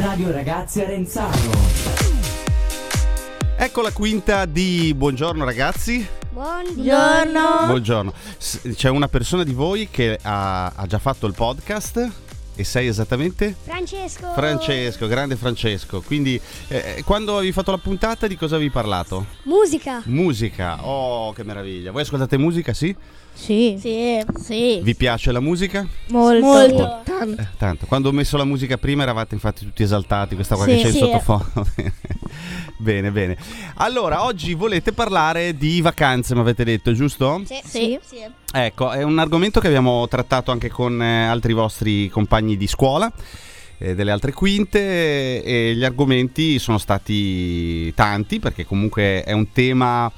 Radio Ragazzi Arenzano. Ecco la quinta di Buongiorno ragazzi. Buongiorno. Buongiorno. S- C'è una persona di voi che ha, ha già fatto il podcast e sei esattamente Francesco. Francesco, grande Francesco. Quindi eh, quando avevi fatto la puntata di cosa avevi parlato? Musica. Musica. Oh, che meraviglia. Voi ascoltate musica, sì? Sì, Sì. Sì. Vi piace la musica? molto. Molto. Eh, tanto. Quando ho messo la musica prima eravate infatti tutti esaltati, questa qua Sì. che c'è in Sì. sottofondo. bene, bene. Allora, oggi volete parlare di vacanze, mi avete detto, giusto? Sì. Eh, Sì. Ecco, è un argomento che abbiamo trattato anche con eh, altri vostri compagni di scuola, eh, delle altre quinte, eh, e gli argomenti sono stati tanti perché comunque è un tema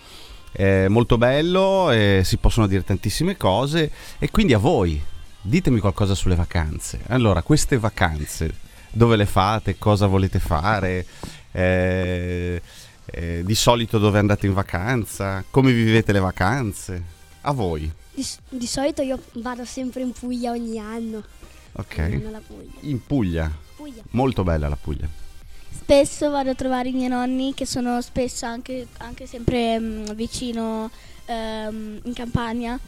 eh, molto bello, eh, si possono dire tantissime cose e quindi a voi ditemi qualcosa sulle vacanze. Allora, queste vacanze dove le fate, cosa volete fare? Eh, eh, di solito dove andate in vacanza? Come vivete le vacanze? A voi. Di, s- di solito io vado sempre in Puglia ogni anno. Ok. Non la Puglia. In Puglia, Puglia. molto bella la Puglia. Spesso vado a trovare i miei nonni che sono spesso anche, anche sempre mm, vicino ehm, in Campania,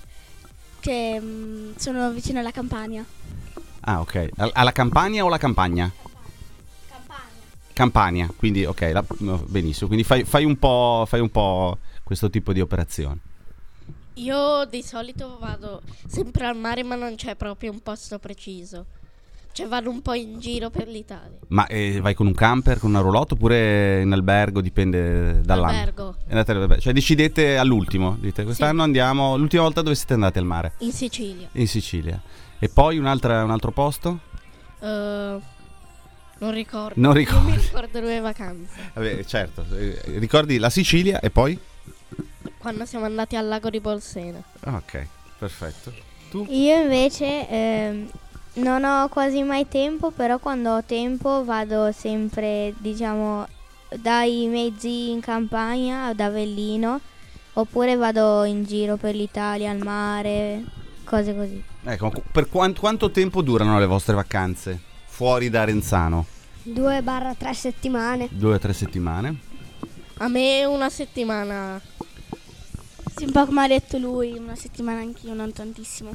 che mm, sono vicino alla Campania. Ah, ok. Al- Alla Campania o la Campagna? Campania. Campania, quindi ok, la- no, benissimo. Quindi fai, fai un po', fai un po' questo tipo di operazione. Io di solito vado sempre al mare, ma non c'è proprio un posto preciso. Cioè vado un po' in giro per l'Italia. Ma eh, vai con un camper, con una roulotte oppure in albergo, dipende dall'anno. Albergo. Andate all'albergo. Cioè decidete all'ultimo, dite quest'anno andiamo, l'ultima volta dove siete andati al mare? In Sicilia. In Sicilia. E poi un'altra- un altro posto? Eh, non ricordo. Non Non mi ricordo. ricordo le vacanze. Vabbè, certo, eh, ricordi la Sicilia e poi? Quando siamo andati al lago di Bolsena. Ah, Ok, perfetto. Tu? Io invece ehm, non ho quasi mai tempo, però quando ho tempo vado sempre, diciamo, dai miei zii in campagna ad Avellino, oppure vado in giro per l'Italia, al mare, cose così. Ecco, qu- per quan- quanto tempo durano le vostre vacanze? Fuori da Renzano? 2 barra 3 settimane. Due o tre settimane? A me una settimana. Sì, un po' come ha detto lui, una settimana anch'io, non tantissimo.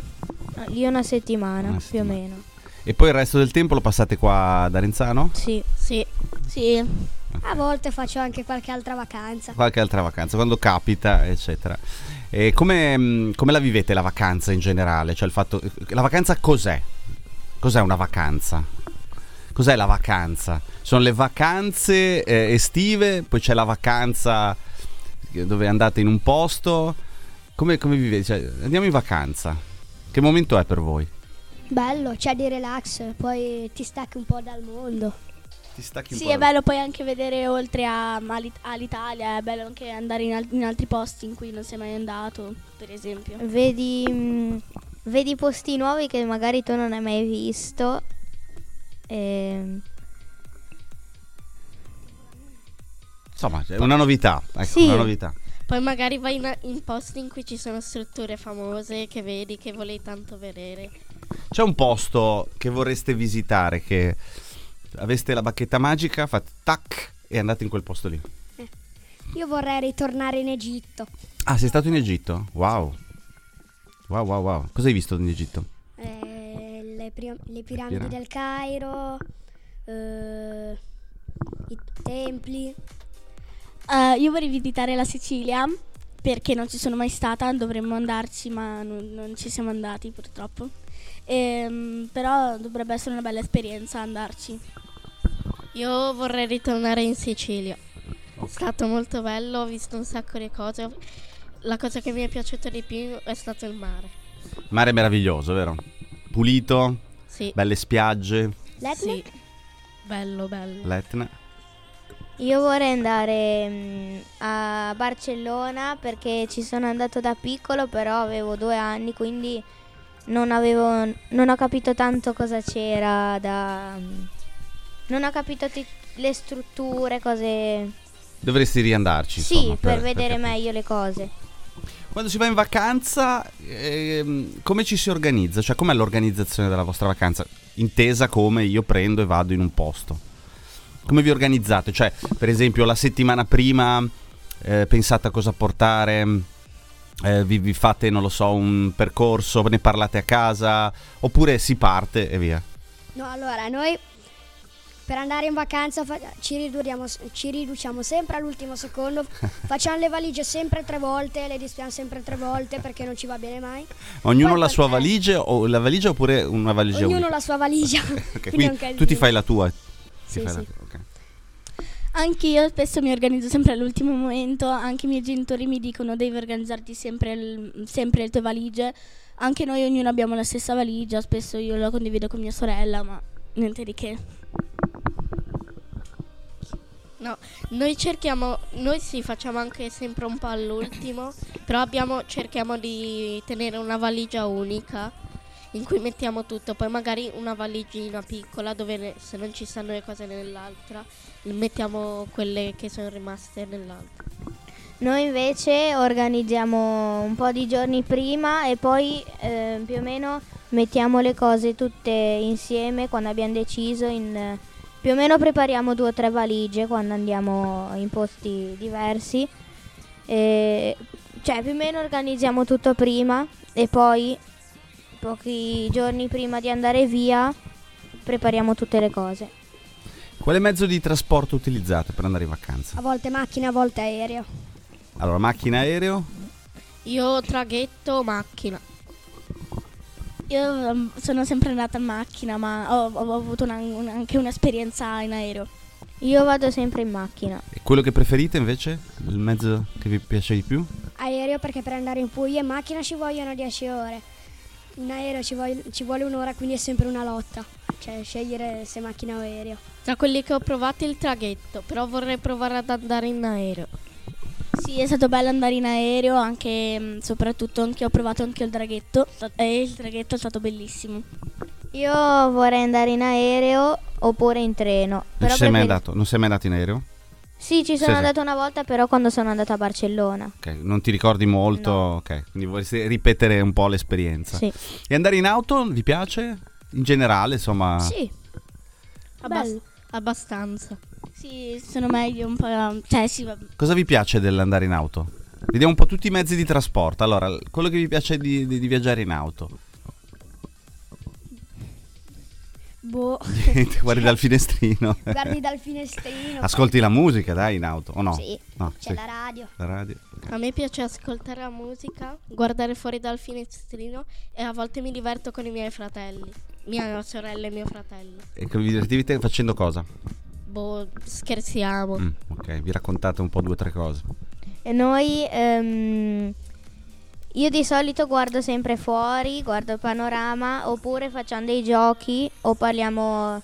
Io una settimana, Una più o settimana. meno. E poi il resto del tempo lo passate qua da Renzano? Sì. Sì. Sì. A volte faccio anche qualche altra vacanza. Qualche altra vacanza, quando capita, eccetera. E come, mh, come la vivete la vacanza in generale? Cioè il fatto... La vacanza cos'è? Cos'è una vacanza? Cos'è la vacanza? Sono le vacanze eh, estive, poi c'è la vacanza dove andate in un posto. Come, come vivete? Cioè, andiamo in vacanza. Che momento è per voi? Bello, c'è di relax, poi ti stacchi un po' dal mondo. Ti stacchi Sì, è bello poi anche vedere oltre a- all'It- all'Italia, è bello anche andare in, al- in altri posti in cui non sei mai andato, per esempio. Vedi, mm, vedi posti nuovi che magari tu non hai mai visto. Ehm, Insomma, è una novità. Ecco, Sì. una novità. Poi magari vai in, in posti in cui ci sono strutture famose che vedi, che volevi tanto vedere. C'è un posto che vorreste visitare, che aveste la bacchetta magica, fate tac e andate in quel posto lì. Io vorrei ritornare in Egitto. Ah, sei stato in Egitto? Wow. Wow, wow, wow. Cosa hai visto in Egitto? Eh, le, pri- le piramidi piram- del Cairo, eh, i templi. Eh, io vorrei visitare la Sicilia perché non ci sono mai stata, dovremmo andarci ma non, non ci siamo andati purtroppo. Ehm, però dovrebbe essere una bella esperienza andarci. Io vorrei ritornare in Sicilia. È stato molto bello, ho visto un sacco di cose. La cosa che mi è piaciuta di più è stato il mare. Mare meraviglioso, vero? Pulito, Sì. belle spiagge, L'Etna? Sì. Bello, bello. l'Etna. Io vorrei andare mm, a Barcellona perché ci sono andato da piccolo, però avevo due anni, quindi non, avevo, non ho capito tanto cosa c'era da... mm, Non ho capito ti- le strutture, cose... Dovresti riandarci. sì, insomma, per, vedere capire. meglio le cose. Quando si va in vacanza, ehm, come ci si organizza? Cioè, com'è l'organizzazione della vostra vacanza? Intesa come io prendo e vado in un posto. come vi organizzate? Cioè, per esempio, la settimana prima eh, pensate a cosa portare? Eh, vi, vi fate, non lo so, un percorso, ne parlate a casa? Oppure si parte e via? No, allora noi per andare in vacanza fa- ci, riduriamo- ci riduciamo sempre all'ultimo secondo, facciamo le valigie sempre tre volte, le dispiamo sempre tre volte perché non ci va bene mai. Ognuno Poi la sua perché- valigia o la valigia oppure una valigia Ognuno unica? la sua valigia. Diciamo Ok, quindi quindi è tu un ti casino. fai la tua. Ti Sì, fai la sì. tua, ok. Anch'io spesso mi organizzo sempre all'ultimo momento, anche i miei genitori mi dicono devi organizzarti sempre, il- sempre le tue valigie, anche noi ognuno abbiamo la stessa valigia, spesso io la condivido con mia sorella, ma niente di che. No, noi cerchiamo, noi sì, facciamo anche sempre un po' all'ultimo, però abbiamo- cerchiamo di tenere una valigia unica in cui mettiamo tutto, poi magari una valigina piccola dove ne- se non ci stanno le cose nell'altra, mettiamo quelle che sono rimaste nell'altra. Noi invece organizziamo un po' di giorni prima e poi eh, più o meno mettiamo le cose tutte insieme quando abbiamo deciso. in- più o meno prepariamo due o tre valigie quando andiamo in posti diversi. E, cioè più o meno organizziamo tutto prima e poi pochi giorni prima di andare via prepariamo tutte le cose. Quale mezzo di trasporto utilizzate per andare in vacanza? A volte macchina, a volte aereo. Allora, macchina, aereo? Io traghetto, macchina. Io um, sono sempre andata in macchina, ma ho, ho avuto una- un- anche un'esperienza in aereo. Io vado sempre in macchina. E quello che preferite invece? Il mezzo che vi piace di più? Aereo perché per andare in Puglia in macchina ci vogliono 10 ore. In aereo ci, vogl- ci vuole un'ora, quindi è sempre una lotta. Cioè scegliere se macchina o aereo. Tra quelli che ho provato il traghetto, però vorrei provare ad andare in aereo. Sì, è stato bello andare in aereo, anche mm, soprattutto anche ho provato anche il draghetto e il draghetto è stato bellissimo. Io vorrei andare in aereo oppure in treno. Non, Però ci sei mai preferi- andato, non sei mai andato in aereo? Sì, ci sono Sì, sì. andata una volta, però quando sono andata a Barcellona. Ok, non ti ricordi molto? No. Ok, quindi vorresti ripetere un po' l'esperienza. Sì. E andare in auto vi piace? In generale, insomma... Sì. Abbas- Bello. abbastanza. Sì, sono meglio un po'... Cioè, sì, vabbè. Cosa vi piace dell'andare in auto? Vediamo un po' tutti i mezzi di trasporto. Allora, l- quello che vi piace di, di- di viaggiare in auto. Boh. Niente, guardi dal finestrino. Guardi dal finestrino. Ascolti la musica, dai, in auto, o no? Sì, No, c'è sì. la radio. La radio. A me piace ascoltare la musica, guardare fuori dal finestrino e a volte mi diverto con i miei fratelli, mia sorella e mio fratello. E che vi divertivete facendo cosa? Boh, scherziamo. Mm, ok, vi raccontate un po' due o tre cose. E noi... ehm, io di solito guardo sempre fuori, guardo il panorama, oppure facciamo dei giochi o parliamo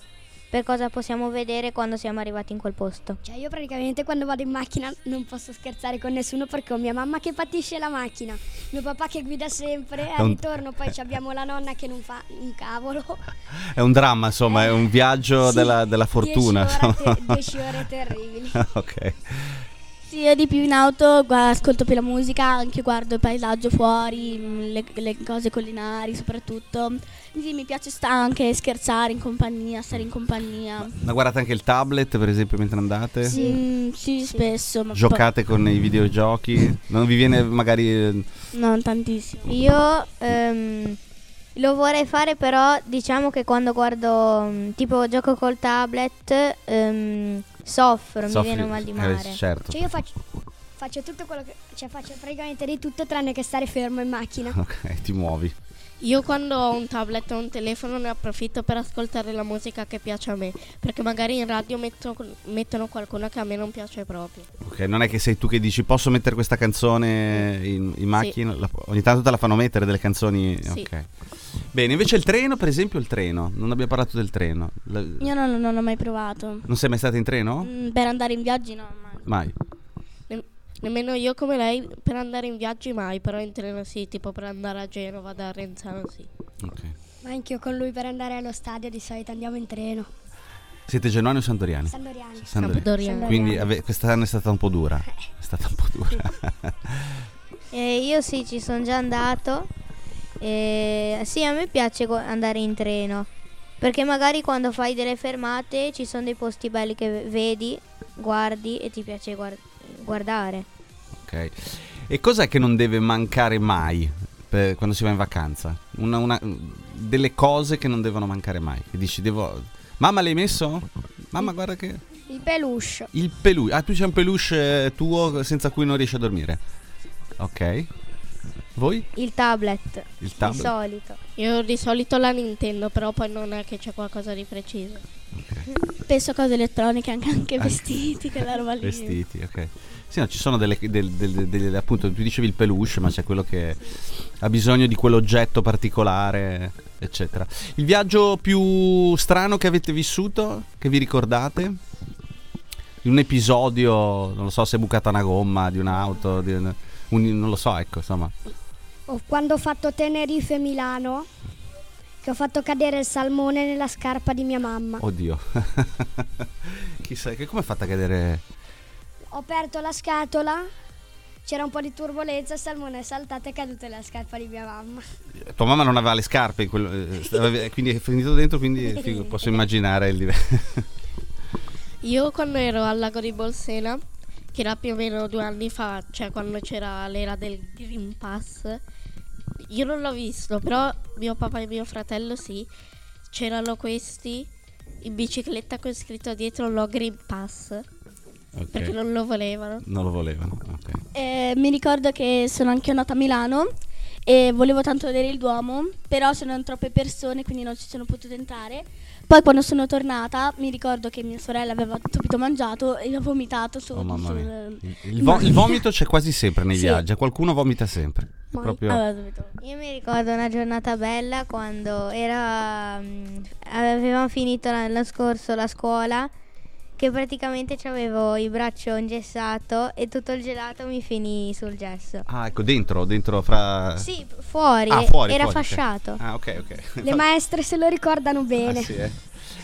per cosa possiamo vedere quando siamo arrivati in quel posto. Cioè io praticamente quando vado in macchina non posso scherzare con nessuno perché ho mia mamma che patisce la macchina, mio papà che guida sempre, al Non- ritorno poi ci abbiamo la nonna che non fa un cavolo. È un dramma, insomma, è un viaggio Sì, della, della fortuna. 10 ore, te- insomma. 10 ore terribili. ok. Sì, io di più in auto gua- ascolto più la musica, anche guardo il paesaggio fuori, mm, le, le cose collinari soprattutto. Sì, mi piace sta- anche scherzare in compagnia, stare in compagnia. Ma guardate anche il tablet, per esempio, mentre andate? Sì, mm, sì, spesso. Ma Giocate con i videogiochi? Non vi viene magari... eh, po- non tantissimo. Io ehm, lo vorrei fare, però diciamo che quando guardo mm, tipo gioco col tablet ehm, soffro, mi soffri- viene un mal di eh, mare. certo. Cioè io faccio, faccio tutto quello che... Cioè faccio praticamente di tutto tranne che stare fermo in macchina. Ok, ti muovi. Io quando ho un tablet o un telefono ne approfitto per ascoltare la musica che piace a me, perché magari in radio metto- mettono qualcuno che a me non piace proprio. Ok, non è che sei tu che dici posso mettere questa canzone in, in macchina? La- ogni tanto te la fanno mettere delle canzoni. Sì. Ok. Bene, invece il treno, per esempio, il treno. Non abbiamo parlato del treno. La- Io non, non l'ho mai provato. Non sei mai stata in treno? Mm, per andare in viaggi no, ma... Mai. Ne- nemmeno io come lei per andare in viaggi mai, però in treno sì, tipo per andare a Genova da Renzano sì. Ok. Ma anche io con lui per andare allo stadio di solito andiamo in treno. Mm. Siete genuani o sandoriani? Sandoriani. Sandoriani. Campodoriano. Quindi ave- quest'anno è stata un po' dura. È stata un po' dura. Eh, io sì, ci sono già andato. Eh, sì, a me piace gu- andare in treno. Perché magari quando fai delle fermate ci sono dei posti belli che ve- vedi, guardi e ti piace guar- guardare. Ok. E cos'è che non deve mancare mai per- quando si va in vacanza? Una- una- delle cose che non devono mancare mai. Che dici, devo... Mamma l'hai messo? Mamma guarda che... Il peluche. Il peluche. Ah, tu c'è un peluche eh, tuo senza cui non riesci a dormire. Ok. Voi? Il tablet, Il di tablet? solito. Io di solito la Nintendo, però poi non è che c'è qualcosa di preciso. Penso a cose elettroniche, anche, anche vestiti, quella roba lì. Vestiti, ok. Sì, no, ci sono delle, del- del- delle- appunto, tu dicevi il peluche, ma c'è quello che ha bisogno di quell'oggetto particolare, eccetera. Il viaggio più strano che avete vissuto, che vi ricordate? Di un episodio, non lo so, se è bucata una gomma di un'auto, di un- un- non lo so, ecco, insomma. O Oh, quando ho fatto Tenerife Milano, che ho fatto cadere il salmone nella scarpa di mia mamma. Oddio. Chissà, che come è fatta a cadere... Ho aperto la scatola, c'era un po' di turbolenza, il salmone è saltato e è caduto nella scarpa di mia mamma. Tua mamma non aveva le scarpe, in quel- eh, stava- quindi è finito dentro, quindi figo, posso immaginare il livello. Io quando ero al lago di Bolsena, che era più o meno due anni fa, cioè quando c'era l'era del Green Pass, io non l'ho visto, però mio papà e mio fratello sì, c'erano questi in bicicletta con scritto dietro lo Green Pass, perché non lo volevano. Non lo volevano. ok. Eh, mi ricordo che sono anche nata a Milano e volevo tanto vedere il Duomo, però c'erano troppe persone quindi non ci sono potuta entrare. Poi quando sono tornata mi ricordo che mia sorella aveva subito mangiato e ho vomitato su, Oh, mamma sul- eh, mia. Il, il vo- il vomito c'è quasi sempre nei Sì. viaggi, eh, qualcuno vomita sempre. Mai. Proprio- Aveva subito- Io mi ricordo una giornata bella quando era, mm, avevamo finito l'anno scorso la scuola che praticamente avevo il braccio ingessato e tutto il gelato mi finì sul gesso. Ah, ecco, dentro, dentro fra... Sì, fuori, Eh? Ah, fuori, era fuori, ok. fasciato. Ah, ok, ok. Le maestre se lo ricordano Ah, bene. sì, eh.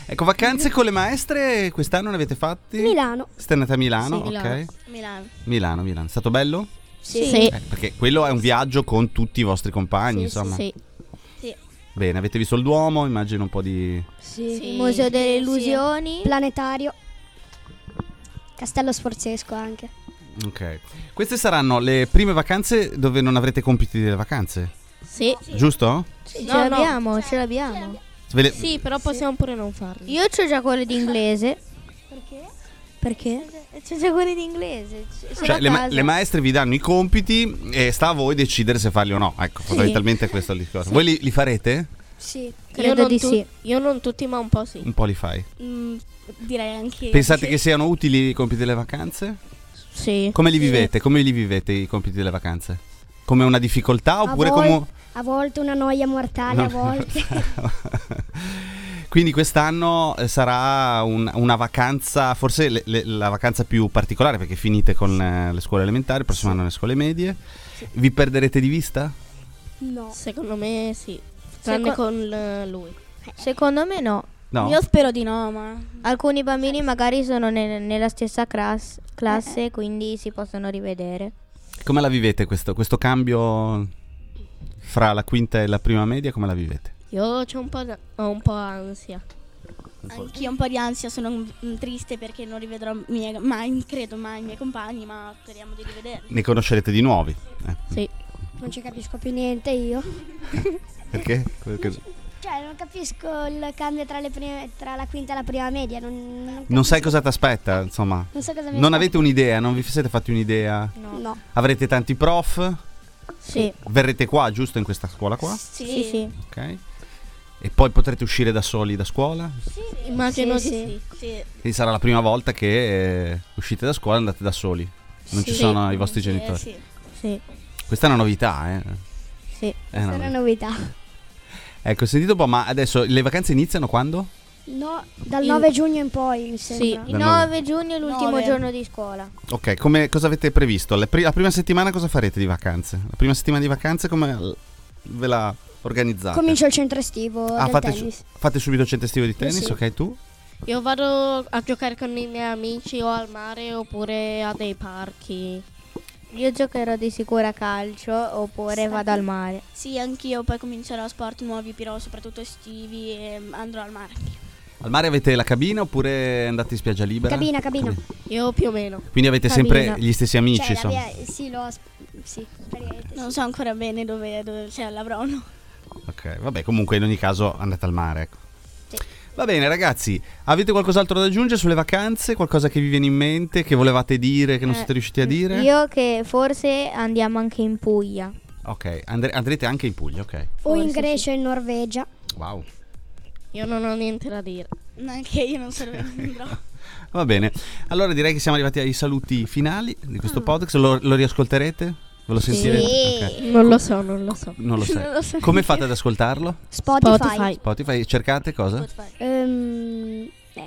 Ecco, vacanze con le maestre quest'anno ne avete fatti? Milano. Siete andate a Milano? ok. Sì, Milano. Milano. Milano, Milano. È stato bello? Sì, Eh, perché quello è un viaggio con tutti i vostri compagni, insomma. sì. Bene, avete visto il Duomo, immagino un po' di... Sì. Il Museo delle Illusioni. Planetario. Castello Sforzesco anche. Ok. Queste saranno le prime vacanze dove non avrete compiti delle vacanze, Sì. giusto? Sì, No, ce no. l'abbiamo, ce l'abbiamo. Ve le- Sì, però possiamo pure non farli. Io c'ho già quello di inglese. Perché? Perché? C'ho già quello di inglese. c- ce Cioè, l'ho le, a ma- casa. le maestre vi danno i compiti e sta a voi decidere se farli o no. Ecco, fondamentalmente è questo il discorso. Voi li, li farete? Sì. credo non di tu- sì. Io non tutti, ma un po' sì. Un po' li fai. Mm, direi anche Pensate che siano utili i compiti delle vacanze? Sì. Come li vivete? Come li vivete i compiti delle vacanze? Come una difficoltà Ah, oppure a, vol- come... a volte una noia mortale, No. a volte. Quindi quest'anno eh, sarà un- una vacanza, forse le- le- la vacanza più particolare perché finite con eh, le scuole elementari, il prossimo anno le scuole medie. Vi perderete di vista? No. Secondo me sì. Tranne Seco- con eh, lui. Secondo me no. No. Io spero di no, ma Alcuni bambini magari sono nel- nella stessa cras- classe, quindi si possono rivedere. Come la vivete questo, questo cambio fra la quinta e la prima media? Come la vivete? Io c'ho un po', da- ho un po' ansia. anch'io ho un po' di ansia, sono mm, triste perché non rivedrò mie- mai, credo mai i miei compagni, ma speriamo di rivederli. Ne conoscerete di nuovi? Eh, Sì. Non ci capisco più niente io. perché? Perché- Cioè, non capisco il cambio tra, le prime- tra la quinta e la prima media. Non, non Non sai capisco. cosa ti aspetta, insomma. Non so cosa mi Non aspetto. avete un'idea, non vi siete fatti un'idea? No. Avrete tanti prof? Sì. Verrete qua, giusto, in questa scuola qua? Sì, sì. Ok. E poi potrete uscire da soli da scuola? Immagino Sì, di sì. sì. Sì. Quindi sarà la prima volta che eh, uscite da scuola e andate da soli. Non ci Sì. sono i vostri Sì, Eh, genitori. sì. Sì. Questa è una novità, eh. Sì. È una Sono novità. novità. Ecco, sentite un po', ma adesso le vacanze iniziano quando? No, dal Il- 9 giugno in poi, mi Sì. sembra. Il Dal 9 giugno è l'ultimo Nove. giorno di scuola. Ok, come, cosa avete previsto? La, pri- la prima settimana cosa farete di vacanze? La prima settimana di vacanze come l- ve la organizzate? Comincia il centro estivo Esatto. Ah, del fate, su- tennis. fate subito il centro estivo di tennis, Sì. ok tu? Io vado a giocare con i miei amici o al mare oppure a dei parchi. Io giocherò di sicuro a calcio oppure Sì. vado al mare. Sì, anch'io poi comincerò sport nuovi, però soprattutto estivi e mm, andrò al mare. Al mare avete la cabina oppure andate in spiaggia libera? Cabina, cabina. Io più o meno. Quindi avete Cabina. sempre gli stessi amici, Cioè, la insomma. mia- sì, l'ho. sp- Sì, praticamente sì. Non so ancora bene dove, dove cioè, l'avrò o no. Ok, vabbè, comunque in ogni caso andate al mare, ecco. Sì. Va bene ragazzi, avete qualcos'altro da aggiungere sulle vacanze? Qualcosa che vi viene in mente, che volevate dire, che non Eh, siete riusciti mm, a dire? Io che forse andiamo anche in Puglia. Ok, andre- andrete anche in Puglia, ok. O in Forse sì. Grecia o in Norvegia. Wow. Io non ho niente da dire. Anche io non so dove andrò. Va bene, allora direi che siamo arrivati ai saluti finali di Mm. questo podcast. Lo, lo riascolterete? Ve lo sentirete? Ok. Non lo so, non lo so. Non lo so. Non lo so Come neanche fate ad ascoltarlo? Spotify. Spotify, cercate cosa? Ehm, eh,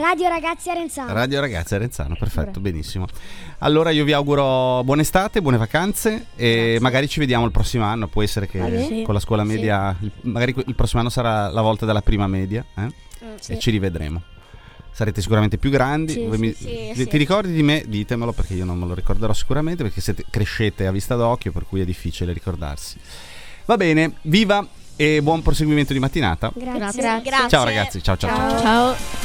Radio Ragazzi Arenzano. Radio Ragazzi Arenzano, perfetto, benissimo. Allora io vi auguro buona estate, buone vacanze e magari ci vediamo il prossimo anno, può essere che Va bene. con la scuola media, il- magari que- il prossimo anno sarà la volta della prima media eh? e ci rivedremo. Sarete sicuramente più grandi. Sì, Voi mi- sì, ti, sì. ti ricordi di me? Ditemelo perché io non me lo ricorderò sicuramente perché siete, crescete a vista d'occhio per cui è difficile ricordarsi. Va bene, viva e buon proseguimento di mattinata. Grazie. Grazie. Ciao ragazzi, ciao ciao. ciao. Ciao.